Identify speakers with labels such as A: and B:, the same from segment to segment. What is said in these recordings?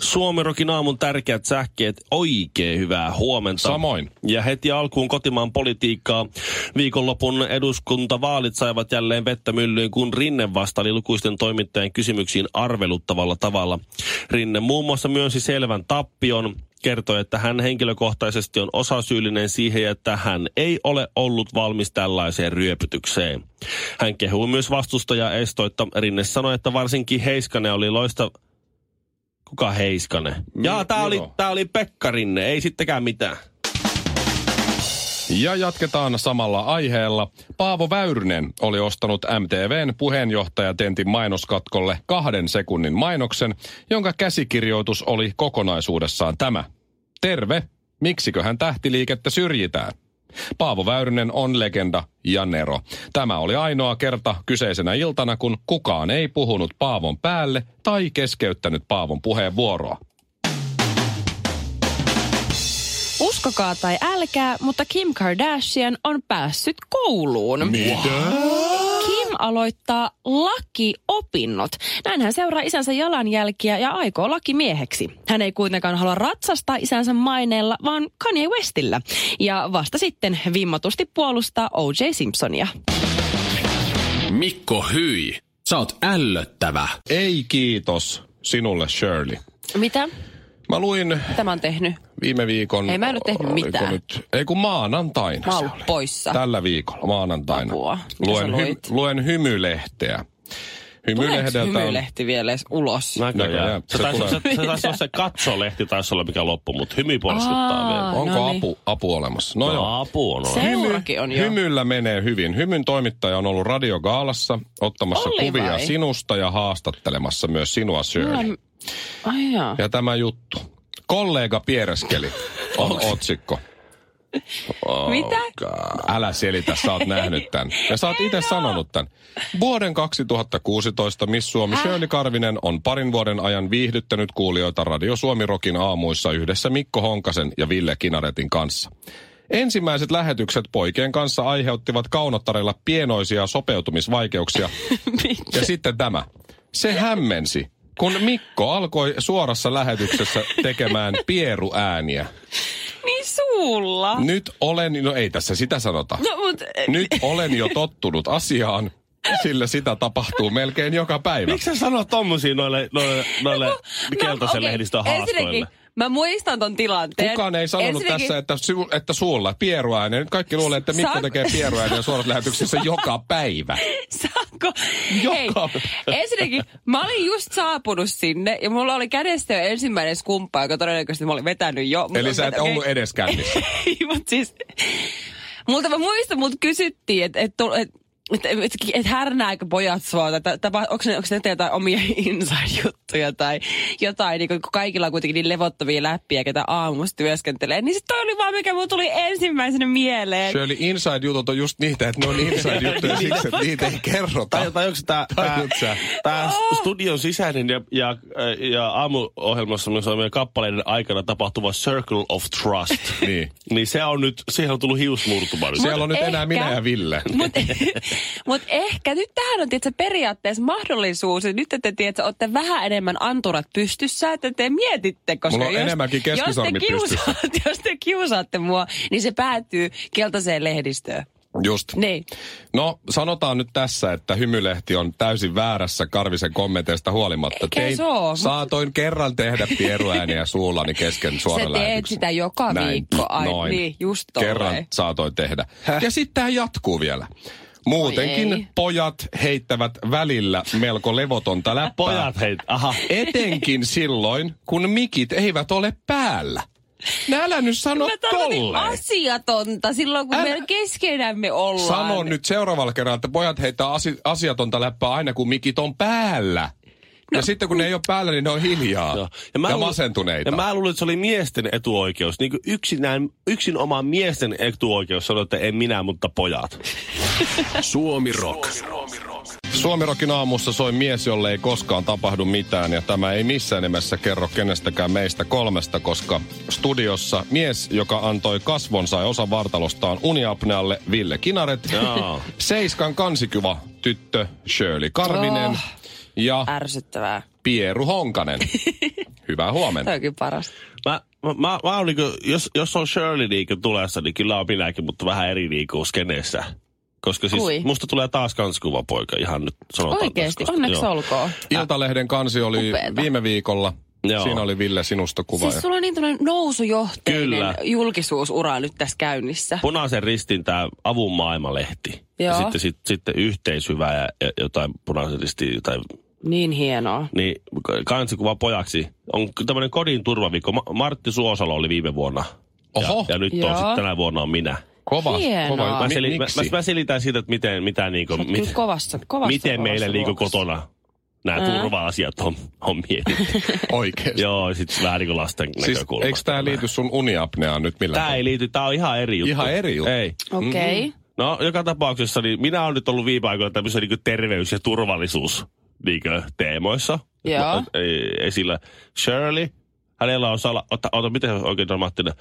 A: Suomirokin aamun tärkeät sähkeet. Oikein hyvää huomenta.
B: Samoin.
A: Ja heti alkuun kotimaan politiikkaa. Viikonlopun eduskuntavaalit saivat jälleen vettä myllyyn, kun Rinne vastaili lukuisten toimittajien kysymyksiin arveluttavalla tavalla. Rinne muun muassa myönsi selvän tappion kertoi, että hän henkilökohtaisesti on osasyyllinen siihen, että hän ei ole ollut valmis tällaiseen ryöpytykseen. Hän kehui myös vastustajaa estoitta. Rinne sanoi, että varsinkin Heiskanen oli loista Kuka Heiskanen?
B: Mi-
A: Jaa, tää oli,
B: Miro.
A: tää oli Pekka Rinne, ei sittenkään mitään.
B: Ja jatketaan samalla aiheella. Paavo Väyrynen oli ostanut MTVn puheenjohtajatentin mainoskatkolle kahden sekunnin mainoksen, jonka käsikirjoitus oli kokonaisuudessaan tämä. Terve, miksiköhän tähtiliikettä syrjitään? Paavo Väyrynen on legenda ja nero. Tämä oli ainoa kerta kyseisenä iltana, kun kukaan ei puhunut Paavon päälle tai keskeyttänyt Paavon puheenvuoroa.
C: Uskokaa tai älkää, mutta Kim Kardashian on päässyt kouluun. Kim aloittaa lakiopinnot. Näin hän seuraa isänsä jalanjälkiä ja aikoo lakimieheksi. Hän ei kuitenkaan halua ratsastaa isänsä maineella, vaan Kanye Westillä. Ja vasta sitten vimmatusti puolustaa O.J. Simpsonia.
D: Mikko Hyi, sä oot ällöttävä.
B: Ei kiitos sinulle Shirley.
C: Mitä?
B: Mä luin
C: Tämä on tehnyt.
B: viime viikon...
C: Ei mä en oo tehnyt
B: oliko
C: mitään.
B: Nyt, ei kun maanantaina
C: Mä oon
B: se
C: ollut
B: oli.
C: poissa.
B: Tällä viikolla, maanantaina.
C: Apua. Mitä
B: Luen,
C: sä luit?
B: luen hymylehteä.
C: Tuleeko
B: Hymylehdeltä on...
C: hymylehti vielä edes ulos?
B: Näköjään.
A: Se
B: Se
A: taisi, se,
B: tulee.
A: se, taisi olla se katsolehti, taisi olla mikä loppu, mutta hymy puolestuttaa
C: Aa.
A: vielä.
B: Onko
C: No niin.
B: apu, apu olemassa? No, joo.
A: apu on
C: Se- Seurakin on jo.
B: Hymyllä menee hyvin. Hymyn toimittaja on ollut radiogaalassa ottamassa
C: Oli
B: kuvia
C: vai?
B: sinusta ja haastattelemassa myös sinua, Shirley.
C: Mulla on- Ai jaa.
B: Ja tämä juttu. Kollega piereskeli on otsikko.
C: Mitä?
B: Älä selitä, sä oot nähnyt tämän. Ja sä oot itse sanonut tämän. Vuoden 2016 Miss Suomi Shirley Karvinen on parin vuoden ajan viihdyttänyt kuulijoita Radio Suomi Rokin aamuissa yhdessä Mikko Honkasen ja Ville Kinaretin kanssa. Ensimmäiset lähetykset poikien kanssa aiheuttivat kaunottarella pienoisia sopeutumisvaikeuksia. ja sitten tämä. Se hämmensi, kun Mikko alkoi suorassa lähetyksessä tekemään pieruääniä.
C: Niin suulla.
B: Nyt olen, no ei tässä sitä sanota.
C: No mut...
B: Nyt olen jo tottunut asiaan, sillä sitä tapahtuu melkein joka päivä.
A: Miksi sä sanot tommosia noille, noille, noille keltaisen
C: No okei,
A: lehdistön haastoille?
C: ensinnäkin Mä muistan ton tilanteen.
B: Kukaan ei sanonut
C: Ensinnäkin-
B: tässä, että, su, että suulla pieruääniä. Nyt kaikki luulee, että Mikko
C: Saanko-
B: tekee pieruääniä suorassa lähetyksessä joka päivä.
C: Saanko?
B: Joka-
C: Hei, ensinnäkin mä olin just saapunut sinne ja mulla oli kädessä jo ensimmäinen skumppa, joka todennäköisesti mä olin vetänyt jo.
B: Eli sä et
C: Okei.
B: ollut edes kännissä.
C: Ei, mut siis... Multa mä muistan, mut kysyttiin, että et, tu- et, et, et, et härnääkö pojat sua, tai ta- tapa, onko ne, onks ne jotain omia inside-juttuja tai jotain, niin kun kaikilla on kuitenkin niin levottavia läppiä, ketä aamusta työskentelee. Niin sit toi oli vaan, mikä mulla tuli ensimmäisenä mieleen.
B: Shirley, inside-jutut on just niitä, että ne on inside-juttuja siksi, että niitä ei kerrota.
A: Tai, tai onko tämä
B: Tajut sä?
A: studion sisäinen ja, ja, äh, ja aamuohjelmassa myös meidän kappaleiden aikana tapahtuva Circle of Trust.
B: Niin.
A: niin se on nyt, siihen on tullut hiusmurtuma nyt.
B: Siellä on nyt
C: Mut
B: enää
C: ehkä-
B: minä ja Ville.
C: Mutta mut ehkä nyt tähän on tietysti, periaatteessa mahdollisuus, että nyt te tiedätkö, olette vähän enemmän anturat pystyssä, että te mietitte, koska
B: Mulla on
C: jos,
B: enemmänkin
C: jos, te
B: keskisormi pystyssä.
C: kiusaat, jos te kiusaatte mua, niin se päätyy keltaiseen lehdistöön.
B: Just.
C: Niin.
B: No, sanotaan nyt tässä, että hymylehti on täysin väärässä Karvisen kommenteista huolimatta.
C: Eikä se oo, mut-
B: saatoin kerran tehdä pieruääniä suullani kesken
C: Sä
B: suoran
C: teet
B: lähetyksen.
C: sitä joka viikko, ai
B: Noin.
C: niin, just tolleen.
B: Kerran saatoin tehdä. Ja sitten tämä jatkuu vielä. Muutenkin
C: Oi ei.
B: pojat heittävät välillä melko levotonta läppää.
A: Pojat heit, aha.
B: Etenkin silloin, kun mikit eivät ole päällä. No älä nyt sano
C: Mä tarkoitin
B: tolleen.
C: asiatonta silloin, kun
B: Älä-
C: Älä... meillä keskenämme ollaan.
B: Sano nyt seuraavalla kerralla, että pojat heittää asi- asiatonta läppää aina, kun mikit on päällä. No. Ja sitten kun ne ei ole päällä, niin ne on hiljaa
A: Joo.
B: ja, ja
A: luulin-
B: masentuneita.
A: Ja mä luulin, että se oli miesten etuoikeus. Niin kuin yksinään, yksin oma miesten etuoikeus sanoi, että en minä, mutta pojat.
D: Suomi Rock.
B: Suomirokin aamussa soi mies, jolle ei koskaan tapahdu mitään ja tämä ei missään nimessä kerro kenestäkään meistä kolmesta, koska studiossa mies, joka antoi kasvonsa ja osa vartalostaan uniapnealle Ville Kinaret,
A: Jaa.
B: Seiskan kansikyva tyttö Shirley Karvinen
A: Ah.
C: Oh.
B: ja
C: Ärsyttävää.
B: Pieru Honkanen. Hyvää
C: Tämä
B: huomenta.
C: on kyllä parasta.
A: Mä, mä, mä, mä oon niinku, jos, jos on Shirley niinku tulessa, niin kyllä on minäkin, mutta vähän eri niinku skenessä. Koska siis
C: Kui?
A: musta tulee taas kanskuva poika ihan nyt sanotaan.
C: Oikeesti,
A: tässä, koska-
C: onneksi
A: joo.
C: olkoon.
B: Iltalehden kansi oli
C: Upeeta.
B: viime viikolla.
A: Joo.
B: Siinä oli Ville sinusta kuva.
C: Siis
B: ja-
C: sulla on niin tämmöinen nousujohteinen
A: Kyllä.
C: julkisuusura nyt tässä käynnissä.
A: Punaisen ristin tämä Avun maailmalehti. Ja
C: Joo.
A: sitten, sit, sitten yhteishyvä ja, ja jotain punaisen ristin, tai,
C: Niin hienoa.
A: niin kansikuva pojaksi. On tämmöinen kodin turvaviikko. Ma- Martti Suosalo oli viime vuonna.
B: Oho,
A: Ja, ja nyt on
C: Joo.
A: sitten tänä vuonna on minä.
B: kova.
C: Hienoa.
B: kova.
A: Mä,
B: Mi-
A: seli, mä,
B: miksi?
A: mä, mä selitän siitä, että miten, mitä niinku,
C: Sä oot kyllä kovassa, kovassa,
A: miten
C: kovassa
A: meillä niinku
C: luokassa.
A: kotona nämä
C: Ää.
A: turva-asiat on, on mietitty.
B: Oikeesti.
A: Joo, sit vähän niinku lasten
B: Siis
A: näkökulmasta.
B: eikö tämä liity sun uniapneaan nyt millään
A: Tää ei liity, tää on ihan eri juttu.
B: Ihan eri juttu.
A: Ei.
C: Okei. Okay. Mm-hmm.
A: No, joka tapauksessa niin minä olen nyt ollut viime aikoina tämmöisissä niin terveys- ja turvallisuus niin teemoissa
C: Joo.
A: Mä- e- esillä. Shirley, hänellä on sala... Ota, ota miten se on oikein dramaattinen?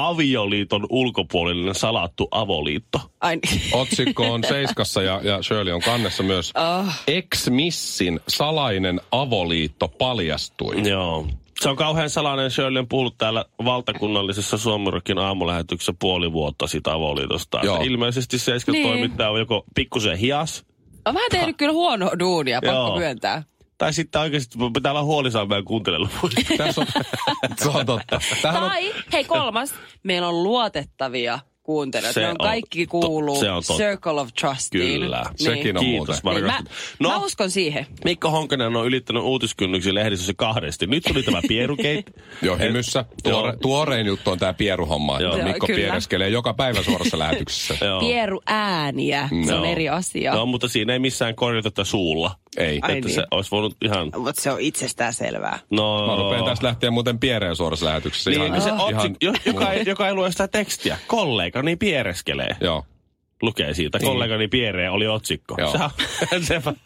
A: Avioliiton ulkopuolinen salattu avoliitto.
C: Ai, niin.
B: Otsikko on Seiskassa ja, ja Shirley on kannessa myös.
C: oh,
B: Ex-missin salainen avoliitto
A: Mm.
B: paljastui.
A: Joo. Se on kauhean salainen. Shirley on puhunut täällä valtakunnallisessa Suomirokin aamulähetyksessä puoli vuotta sitä avoliitosta.
B: Joo.
A: Ilmeisesti se niin.
C: Niin.
A: toimittaja on joko pikkusen hias,
C: on vähän tehnyt kyllä huonoa duunia,
A: Joo.
C: pakko myöntää.
A: tai sitten oikeasti pitää olla huolissaan meidän kuuntelijaluvuista.
B: Tässä on, se on totta. Tähän on,
C: Tai, hei kolmas, meillä on luotettavia kuuntelijoita.
A: Se
C: Ne on,
A: on
C: kaikki
A: to-
C: kuuluu
A: se on totta.
C: Circle of Trustiin.
A: Kyllä,
C: niin.
B: sekin on muuten.
A: Kiitos,
C: Niin,
A: Marko.
C: mä, no. mä uskon siihen.
A: Mikko Honkanen on ylittänyt uutiskynnyksen lehdistössä kahdesti. Nyt tuli tämä pierukeit.
B: Joo, hymyssä. Tuore,
A: Joo.
B: tuorein juttu on tämä pieruhomma,
A: Joo.
B: että
C: Joo,
B: Mikko
C: kyllä.
B: piereskelee joka päivä suorassa lähetyksessä.
A: Joo.
C: Pieru ääniä, se on
A: Joo.
C: eri asia.
A: No, mutta siinä ei missään korjata tätä suulla.
B: Ei.
A: Ai
C: Ai
A: että niin.
C: niin.
A: se olisi voinut ihan...
C: Mutta se on itsestään selvää.
A: No,
B: Mä rupean tästä lähteä muuten piereen suorassa lähetyksessä.
A: niin, niin se
C: no.
A: otsik, jo, joka,
B: muuten.
A: ei, joka ei lue sitä tekstiä. Kollega niin piereskelee.
B: Joo.
A: Lukee siitä. Niin. Kollegani Pierre oli otsikko.
B: Joo.
A: Se, on- se vähän,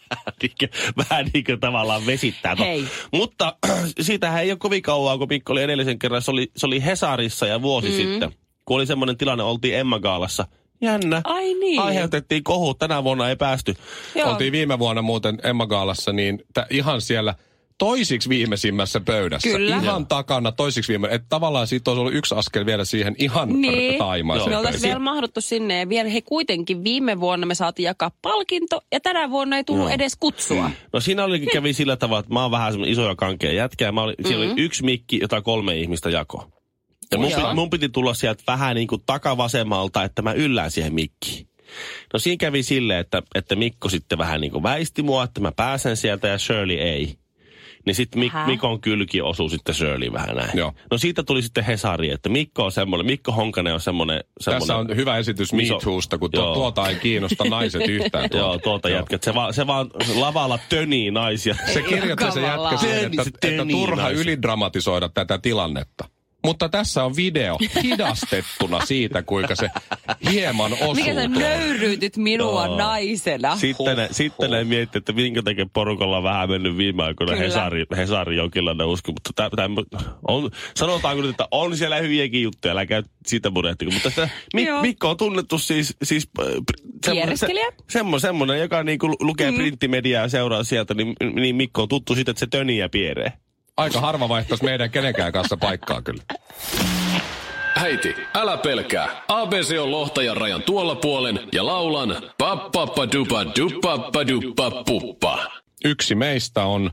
A: niin kuin, vähän niin kuin tavallaan vesittää. ton.
C: Hei.
A: Mutta siitähän ei ole kovin kauan, kun Mikko oli edellisen kerran. Se oli, se oli Hesarissa ja vuosi mm. sitten, kun oli semmoinen tilanne, oltiin Emma Gaalassa. Jännä.
C: Ai niin.
A: Aiheutettiin kohu. Tänä vuonna ei päästy.
C: Joo.
B: Oltiin viime vuonna muuten Emma Gaalassa, niin t- ihan siellä toisiksi viimeisimmässä pöydässä.
C: Kyllä.
B: Ihan takana toisiksi viimeinen. Että tavallaan siitä olisi ollut yksi askel vielä siihen ihan
C: Niin.
B: taimaiseen
C: Me
B: pöytään.
C: oltaisiin vielä mahduttu sinne ja vielä he kuitenkin viime vuonna me saatiin jakaa palkinto ja tänä vuonna ei tullut edes kutsua.
A: No siinä oli, kävi sillä tavalla, että mä oon vähän semmoinen iso ja kankea jätkä. Ja mä olin, mm-hmm. Siinä oli yksi mikki, jota kolme ihmistä jako. Ja mun,
C: Joo.
A: piti, mun piti tulla sieltä vähän niin kuin takavasemmalta, että mä yllään siihen mikkiin. No siinä kävi silleen, että, että Mikko sitten vähän niin kuin väisti mua, että mä pääsen sieltä ja Shirley ei. Niin sitten Mik-
C: Häh?
A: Mikon kylki osuu sitten Shirley vähän näin.
B: Joo.
A: No siitä tuli sitten Hesari, että Mikko on semmoinen, Mikko Honkanen on semmoinen.
B: Tässä on hyvä esitys Me
A: Iso-
B: Toosta, kun tuo,
A: Joo.
B: tuota ei kiinnosta naiset yhtään. Tuolta.
A: Joo, tuolta jätkät. Se vaan, se vaan lavalla tönii naisia.
B: Se kirjoitti se
C: Kamalaa.
B: jätkä siihen,
A: Teini-
B: että,
A: se
B: että
A: teini-
B: turha
A: naiset.
B: ylidramatisoida tätä tilannetta. Mutta tässä on video hidastettuna siitä, kuinka se hieman osuu.
C: Mikä sä
B: tuohon.
C: nöyryytit minua naisena?
A: Sitten ne, sitten ne mietti, että minkä takia porukalla on vähän mennyt viime aikoina
C: Kyllä.
A: Hesari, Hesari jonkinlainen usko. Mutta tä, täm, on, sanotaanko nyt, että on siellä hyviäkin juttuja, älä käy siitä murehtiko. Mutta sitä, Mik,
C: Joo.
A: Mikko on tunnettu siis, siis äh, pr- semmoinen- se,
C: Piereskelijä?
A: semmo, semmoinen, joka niinku lu- lukee mm. printtimediaa ja seuraa sieltä, niin, niin Mikko on tuttu siitä, että se töniä pieree.
B: Aika harva vaihtaisi meidän kenenkään kanssa paikkaa kyllä.
D: Äiti, älä pelkää. ABC on lohtajan rajan tuolla puolen ja laulan pappappadupa dupappaduppa puppa.
B: Yksi meistä on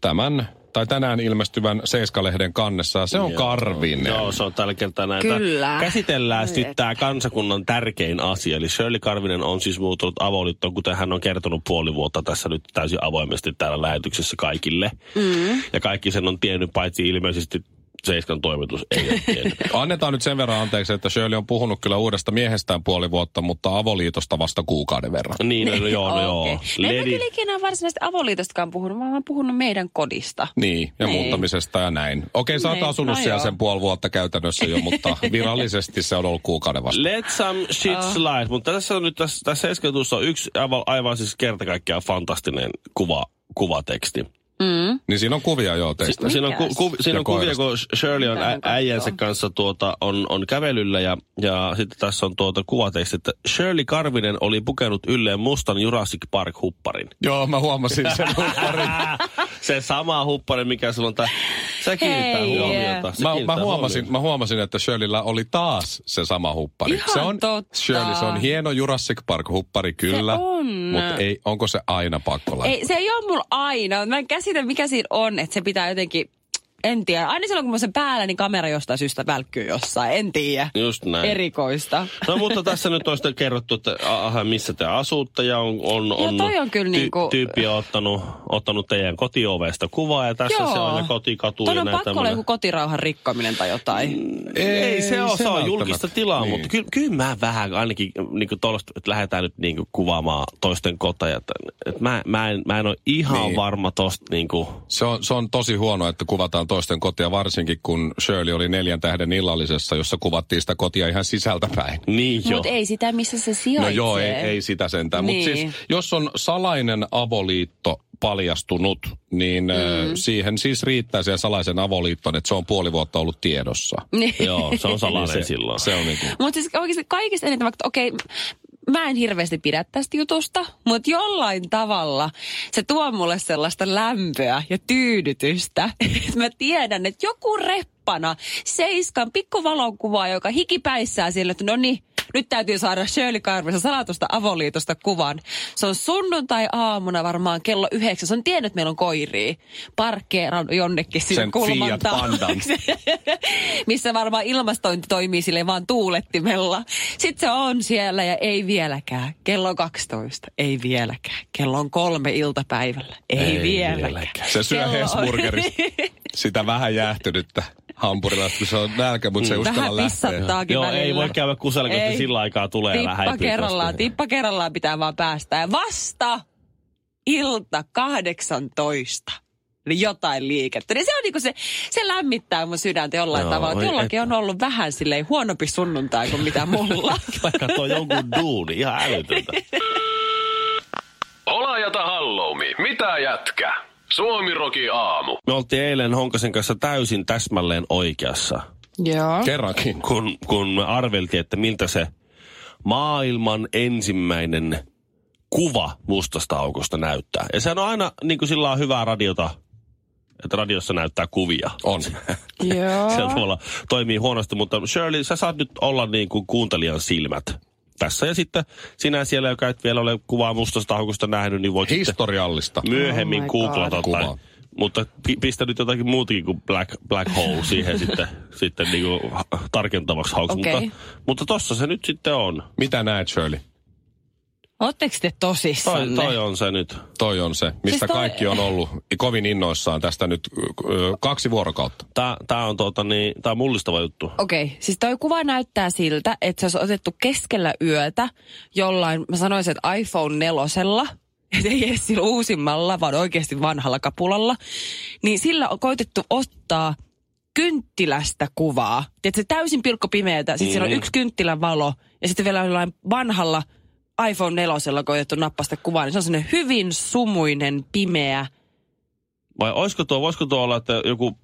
B: tämän tai tänään ilmestyvän Seiska-lehden kannessa. ja Se on Karvinen.
A: Joo, se on tällä kertaa näitä.
C: Kyllä.
A: Käsitellään nyt tämä kansakunnan tärkein asia. Eli Shirley Karvinen on siis muuttunut avoliittoon, kuten hän on kertonut puoli vuotta tässä nyt täysin avoimesti täällä lähetyksessä kaikille. Mm. Ja kaikki sen on tiennyt, paitsi ilmeisesti Seiskan toimitus ei ole tiennyt.
B: Annetaan nyt sen verran anteeksi, että Shirley on puhunut kyllä uudesta miehestään puoli vuotta, mutta avoliitosta vasta kuukauden verran.
A: Niin, no joo, no joo.
C: Okei. Mä en mä kyllä ikinä varsinaisesti avoliitostakaan puhunut, vaan mä oon puhunut meidän kodista.
B: Niin, ja
C: Niin.
B: muuttamisesta ja näin. Okei, sä oot
C: Niin,
B: asunut
C: no
B: siellä
C: joo.
B: sen puoli vuotta käytännössä jo, mutta virallisesti se on ollut kuukauden vasta.
A: Let some shit slide. Mutta tässä on nyt tässä, tässä esketussa on yksi aivan, aivan siis kerta kaikkiaan fantastinen kuva, kuvateksti.
C: Mm.
B: Niin siinä on kuvia joo teistä.
A: Si- No siinä on, ku,
C: Mikäs?
A: ku, siinä
B: Ja
A: on kuvia,
B: koirasta.
A: kun Shirley on
C: Mitä
A: ä-
C: hän
A: äijänsä
C: katsoo?
A: kanssa tuota, on, on kävelyllä ja, ja sitten tässä on tuota kuvateksti, että Shirley Karvinen oli pukenut ylleen mustan Jurassic Park-hupparin.
B: Joo, mä huomasin sen.
A: Se sama huppari, mikä sulla on tää. Se kiinnittää
C: Hei,
A: huomiota. Se
B: mä,
A: kiinnittää
B: mä, huomasin,
A: huomiota.
B: mä huomasin, että Shirleyllä oli taas se sama huppari.
C: Ihan
B: se on,
C: totta.
B: Shirley, se on hieno Jurassic Park-huppari kyllä,
C: Se on.
B: mutta ei, onko se aina pakko
A: Niin.
B: laittaa?
C: Ei, se ei ole mulla aina. Mä en käsitä, mikä siinä on, että se pitää jotenkin... En tiedä. Aina silloin, kun mä oon sen päällä, niin kamera jostain syystä välkkyy jossain. En tiedä.
A: Just näin.
C: Erikoista.
A: No mutta tässä nyt on sitten kerrottu, että aha, missä te asutte ja on, on, on
C: toi on kyllä niinku-
A: tyyppi on ottanut, ottanut teidän kotiovesta kuvaa ja tässä Joo. se on ja kotikatu
C: Tuon
A: ja
C: on
A: näin
C: pakko olla joku kotirauhan rikkominen tai jotain.
A: Ei, ei se ole, se on
B: välttämättä.
A: julkista tilaa, niin. mutta kyllä, kyllä mä vähän ainakin niin kuin tollaista, että lähdetään nyt niin kuin kuvaamaan toisten koteja. Että, että mä, mä, en, mä en ole ihan
B: Niin.
A: niin. varma tosta niin kuin,
B: Se on, se on tosi huono, että kuvataan toisten kotia, varsinkin kun Shirley oli neljän tähden illallisessa, jossa kuvattiin sitä kotia ihan sisältä päin.
A: niin jo.
C: Mutta ei sitä, missä se
B: No
C: sijaitsee.
B: joo, ei, ei sitä sentään. Niin. Mutta
C: Niin.
B: siis, jos on salainen avoliitto paljastunut, niin mm. siihen siis riittää siihen salaisen avoliittoon, että se on puoli vuotta ollut tiedossa.
C: Niin.
A: Joo, se on salainen silloin.
B: Se on niin kuin,
C: Mutta siis oikeasti kaikista eniten, vaikka okei, mä en hirveästi pidä tästä jutusta, mutta jollain tavalla se tuo mulle sellaista lämpöä ja tyydytystä. Et mä tiedän, että joku reppana seiskan pikkuvalonkuvaa, joka hikipäissään sille, että no niin, nyt täytyy saada Shirley Karvisen salatusta avoliitosta kuvan. Se on sunnuntai-aamuna varmaan kello yhdeksän. Se on tiennyt, että meillä on koiria. Parkkeerannut jonnekin sinne
B: Sen
C: kulman
B: Fiat
C: taakse.
B: Pandan.
C: missä varmaan ilmastointi toimii sille vaan tuulettimella. Sitten se on siellä ja ei vieläkään. Kello on 12, ei vieläkään. Kello on kolme iltapäivällä, ei, ei vieläkään. vieläkään.
B: se syö
C: Kello on-
B: Hesburgerista sitä vähän jäähtynyttä hampurilaista, kun se on nälkä, mutta se ei
C: Mm. Vähän
B: uskalla lähteä.
C: pissattaakin
A: Joo,
C: välillä.
A: ei voi käydä kusella, kun se
C: Ei.
A: sillä aikaa tulee
C: Tippa
A: vähän
C: kerrallaan, tippa kerrallaan pitää vaan päästä. Ja vasta ilta 18 niin jotain liikettä. Niin se on niinku se, se lämmittää mun sydäntä jollain
A: Joo,
C: Joo, tavalla.
A: voi
C: että
A: että.
C: Jollakin on ollut vähän silleen huonompi sunnuntai kuin mitä mulla.
A: Kato jonkun duuni, ihan älytöntä.
D: Ola jätä halloumi, mitä jätkä? Suomi roki aamu.
A: Me oltiin eilen Honkasen kanssa täysin täsmälleen oikeassa,
C: Joo.
B: Kerrankin.
A: kun, kun me arveltiin, että miltä se maailman ensimmäinen kuva mustasta aukosta näyttää. Ja sehän on aina niin kuin sillä on hyvää radiota, että radiossa näyttää kuvia.
B: On.
C: Joo.
A: Sillä tavalla toimii huonosti, mutta Shirley, sä saat nyt olla niin kuin kuuntelijan silmät tässä. Ja sitten sinä siellä, joka et vielä ole kuvaa mustasta aukosta nähnyt, niin voit sitten
B: Historiallista.
A: myöhemmin
C: Oh
A: oh
C: my
A: googlata
B: God.
A: tai,
B: Kuvaa.
A: mutta pi- pistä nyt jotakin muutakin kuin black, black hole siihen sitten, sitten niinku ha- tarkentavaksi hauksi.
C: Okei.
A: Mutta, mutta tossa se nyt sitten on.
B: Mitä näet, Shirley?
C: Ootteko te
A: Toi,
C: tosissanne?
A: toi on se nyt.
B: Toi on se, mistä
C: Siis toi-
B: kaikki on ollut kovin innoissaan tästä nyt ö, kaksi vuorokautta.
A: Tää, tää on, tuota, niin, tää on mullistava juttu.
C: Okei, okay. siis toi kuva näyttää siltä, että se olisi otettu keskellä yötä jollain, mä sanoisin, että iPhone nelosella, että ei edes sillä uusimmalla, vaan oikeasti vanhalla kapulalla, niin sillä on koitettu ottaa kynttilästä kuvaa. Tiedätkö, se täysin pilkko pimeätä, sitten mm. siellä on
A: Niin.
C: yksi kynttilän valo, ja sitten vielä jollain vanhalla iPhone nelosella koitettu nappasta kuvaa, niin se on sellainen hyvin sumuinen, pimeä,
A: Vai olisiko tuo, voisiko tuo olla, että joku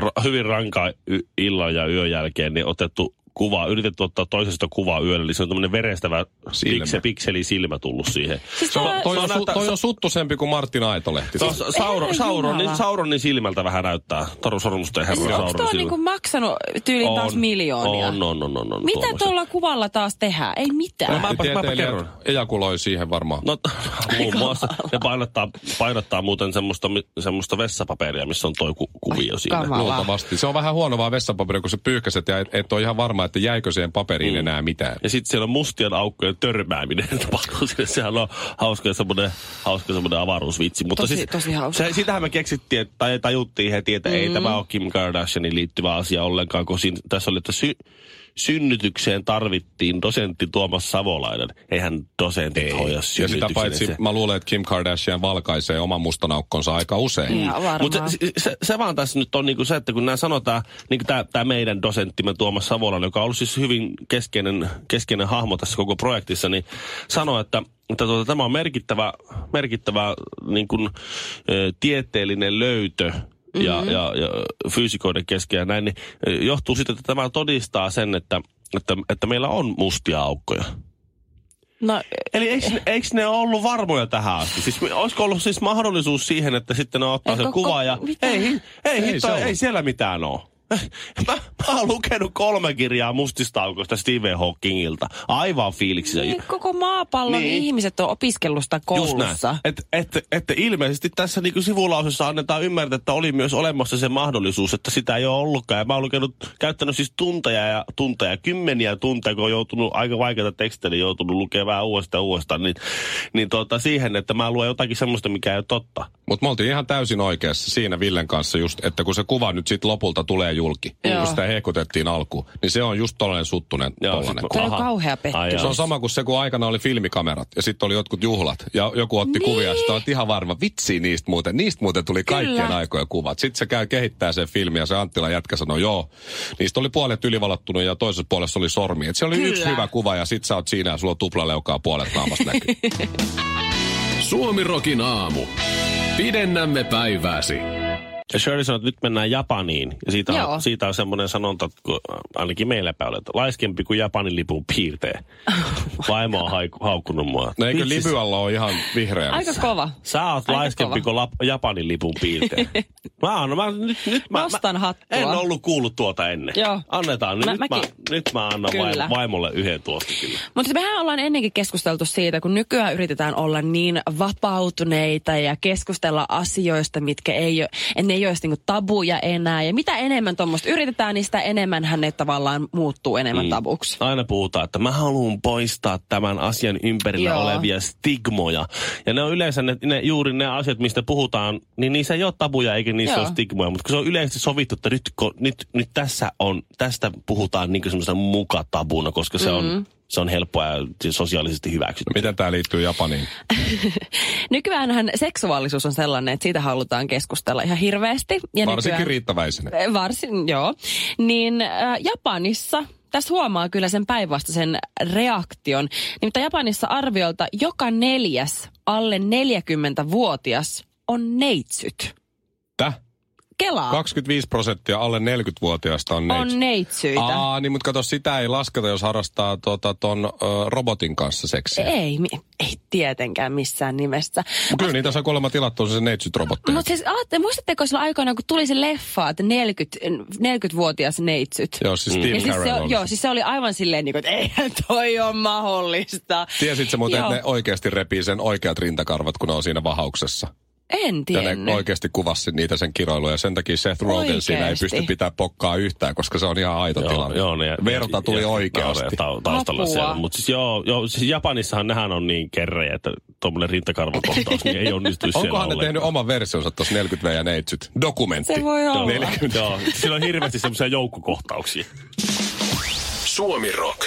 A: ra- hyvin ranka y- illan ja yön jälkeen niin otettu kuva, yritetty ottaa toisesta kuvaa yöllä, niin se on tämmöinen verestävä
B: Silmä.
A: pikse, pikseli silmä tullut siihen.
C: Siis
A: Se on-
C: tää-
B: Toi,
A: se
B: on, su,
A: näyttää-
B: toi on suttusempi kuin Martin Aitolehti.
C: Siis
A: Tuossa Sauron,
C: Herran
A: Sauronin,
C: Jumala.
A: Sauronin silmältä vähän näyttää. Taru Sormusten herra
C: Siis onko
A: Sauronin
C: tuo
A: silmä.
C: niinku maksanut tyyliin taas miljoonia?
A: On, on, on, on, on
C: Mitä
A: tuommoisen.
C: tuolla kuvalla taas tehdään? Ei
A: No
C: mitään.
A: mä-
C: No,
A: mäpä
B: Tieteilijät
A: kerron.
B: ejakuloi siihen varmaan.
A: No, t- muun muassa. Ne painottaa, painottaa muuten semmoista, mi- semmoista vessapaperia, missä on toi ku, kuvio siinä.
C: kamala.
B: Luultavasti. Se on vähän huonoa vessapaperia, kun sä pyyhkäset ja et, et ole ihan varma, että jäikö siihen paperiin mm. enää mitään.
A: Ja sitten siellä on mustien aukkojen törmääminen tapahtuu sinne. Sehän on hauska semmoinen, hauska semmoinen avaruusvitsi. Mutta
C: Tosi-
A: siis,
C: tosi hauska.
A: Se, sitähän me keksittiin että- tai tajuttiin heti, että mm. ei tämä ole Kim Kardashianin liittyvä asia ollenkaan, kun siinä, tässä oli, että sy, synnytykseen tarvittiin dosentti Tuomas Savolainen. Eihän dosentit ei. hoida
B: Ja
A: synnytyksen.
B: Niin sitä paitsi
A: Se-
B: mä luulen, että Kim Kardashian valkaisee oman mustanaukkonsa aika usein.
C: Ja varmaan.
A: Mutta se, se, se, vaan tässä nyt on niinku se, että kun nämä sanotaan, niin tämä, tämä meidän dosenttimme Tuomas Savolan, joka on ollut siis hyvin keskeinen, keskeinen hahmo tässä koko projektissa, niin sanoi, että, että tuota, tämä on merkittävä, merkittävä niin kuin, ö, tieteellinen löytö ja, mm-hmm. ja, ja fyysikoiden kesken ja näin, niin ö, johtuu siitä, että tämä todistaa sen, että, että, että meillä on mustia aukkoja.
C: No,
A: Eli eikö, eikö ne ole ollut varmoja tähän asti? Siis, me- olisiko ollut siis mahdollisuus siihen, että sitten ne ottaa
C: Ei,
A: sen
C: ko-
A: kuvan
C: ko-
A: ja
C: mitä?
A: ei, hi- ei,
B: Ei
A: ei,
B: se
A: hitto,
B: ollut.
A: ei siellä mitään ole. Mä, mä oon lukenut kolme kirjaa mustista aukoista Stephen Hawkingilta. Aivan fiiliksissä.
C: niin koko maapallon
A: Niin.
C: niin. ihmiset on opiskellusta
A: Just
C: koulussa.
A: näin. Et, et, et ilmeisesti tässä niinku sivulausessa annetaan ymmärtää, että oli myös olemassa se mahdollisuus, että sitä ei ole ollutkaan. Ja mä oon lukenut, käyttänyt siis tunteja ja tunteja, kymmeniä tunteja, kun on joutunut aika vaikeita tekstejä, niin joutunut lukemaan vähän uudestaan ja uudestaan. Niin, niin tota, siihen, että mä luen jotakin semmoista, mikä ei ole totta.
B: Mutta me oltiin ihan täysin oikeassa siinä Villen kanssa just, että kun se kuva nyt sitten lopulta tulee julki,
C: Joo.
B: kun sitä hehkutettiin alkuun, niin se on just tollainen suttunen tollainen
A: sit-
B: kuva.
C: Toi on
A: aha.
C: kauhea pettymys.
A: Ai
B: Se
A: jaa.
B: on sama kuin se, kun aikana oli filmikamerat ja sitten oli jotkut juhlat ja joku otti niin. kuvia. Sitten olet ihan varma, vitsi niistä muuten. Niistä muuten tuli kaikkien
C: Kyllä.
B: aikojen kuvat. Sitten se käy kehittää sen filmin ja se Anttila jätkä sanoi, joo. Niistä oli puolet ylivalattunut ja toisessa puolessa oli sormi. Et se oli Kyllä.
C: Kyllä.
B: yksi hyvä kuva ja sit sä oot siinä ja sulla on tuplaleukaa puolet naamasta näkyy.
D: Suomi Rokin aamu. Pidennämme päivääsi.
A: Ja Shirley sanoi, että nyt mennään Japaniin. Ja siitä on,
C: Joo.
A: siitä on semmoinen sanonta, että kun, äh, ainakin meillä päin oli, että laiskempi kuin Japanin lipun piirtee. Vaimo on haiku- haukkunut mua. siis-
B: No eikö
A: Vitsi,
B: Libyalla ole ihan vihreä?
C: Aika kova.
A: Sä oot
C: Aika
A: laiskempi
C: kova.
A: kuin lap- Japanin lipun piirtein. mä, oon, mä, nyt, nyt, mä,
C: Nostan
A: mä,
C: hattua.
A: En ollut kuullut tuota ennen.
C: Joo.
A: Annetaan. Nyt
C: Mä-
A: mä, nyt, mä,
C: mäkin.
A: nyt mä annan
C: Kyllä.
A: vaimo, vaimolle yhden tuosta kyllä.
C: Mutta mehän ollaan ennenkin keskusteltu siitä, kun nykyään yritetään olla niin vapautuneita ja keskustella asioista, mitkä ei ole, ne ei ole niinku tabuja enää. Ja mitä enemmän tuommoista yritetään, niin sitä enemmän ne tavallaan muuttuu enemmän
A: Niin.
C: mm. tabuksi.
A: Aina puhutaan, että mä haluan poistaa tämän asian ympärillä Joo.
C: Joo.
A: olevia stigmoja. Ja ne on yleensä ne, ne, juuri ne asiat, mistä puhutaan, niin niissä ei ole tabuja eikä niissä Joo.
C: Joo.
A: ole stigmoja. Mutta kun se on yleisesti sovittu, että nyt, ko- nyt, nyt tässä on, tästä puhutaan niin semmoisena mukatabuna, koska se, mm-hmm. on, se on helppoa ja sosiaalisesti hyväksytty.
B: Miten tämä liittyy Japaniin?
C: Nykyäänhän seksuaalisuus on sellainen, että siitä halutaan keskustella ihan hirveästi. Ja
B: Varsinkin
C: nykyään-
B: riittäväisenä.
C: Eh, Varsin, joo. Niin äh, Japanissa, tässä huomaa kyllä sen päinvastaisen reaktion. Nimittäin Japanissa arviolta joka neljäs alle 40-vuotias on neitsyt.
B: Täh?
C: Kelaa
B: 25 prosenttia alle 40-vuotiaista on neitsyt.
C: on neitsyitä.
B: Aa, niin mutta kato, sitä ei lasketa, jos harrastaa tota, ton ö, robotin kanssa seksiä.
C: Ei, mi- ei tietenkään missään nimessä.
B: Mut Kyllä niitä saa kuulemma tilattua se neitsyt robotti.
C: Mutta siis aatte, muistatteko silloin aikoina, kun tuli se leffa, että 40, 40-vuotias neitsyt?
B: Joo, siis Steve
C: Ja
B: mm.
C: siis se,
B: Carell oli.
C: joo, siis se oli aivan silleen, niin kuin, että eihän toi ole mahdollista.
B: Tiesit sä muuten,
C: Joo.
B: että ne oikeasti repii sen oikeat rintakarvat, kun ne on siinä vahauksessa.
C: En
B: Ja
C: tiennyt.
B: ne oikeasti kuvasi niitä sen kiroiluja. Sen takia Seth Rogen siinä ei
C: Oikeesti.
B: pysty pitää pokkaa yhtään, koska se on ihan aito tilanne.
A: ne-
B: Verta tuli
A: naureja
B: oikeasti.
A: tau- taustalla
C: Apua.
A: siellä. Mutta siis joo, joo, siis Japanissahan nehän on niin kerrejä, että tuommoinen rintakarvakohtaus niin ei onnistu siellä
B: Onkohan ne
A: ollenkaan.
B: tehnyt oman versionsa tuossa 40 ja neitsyt? Dokumentti.
C: Se voi olla.
A: Joo, joo, sillä on hirveästi semmoisia joukkokohtauksia.
D: Suomi Rock.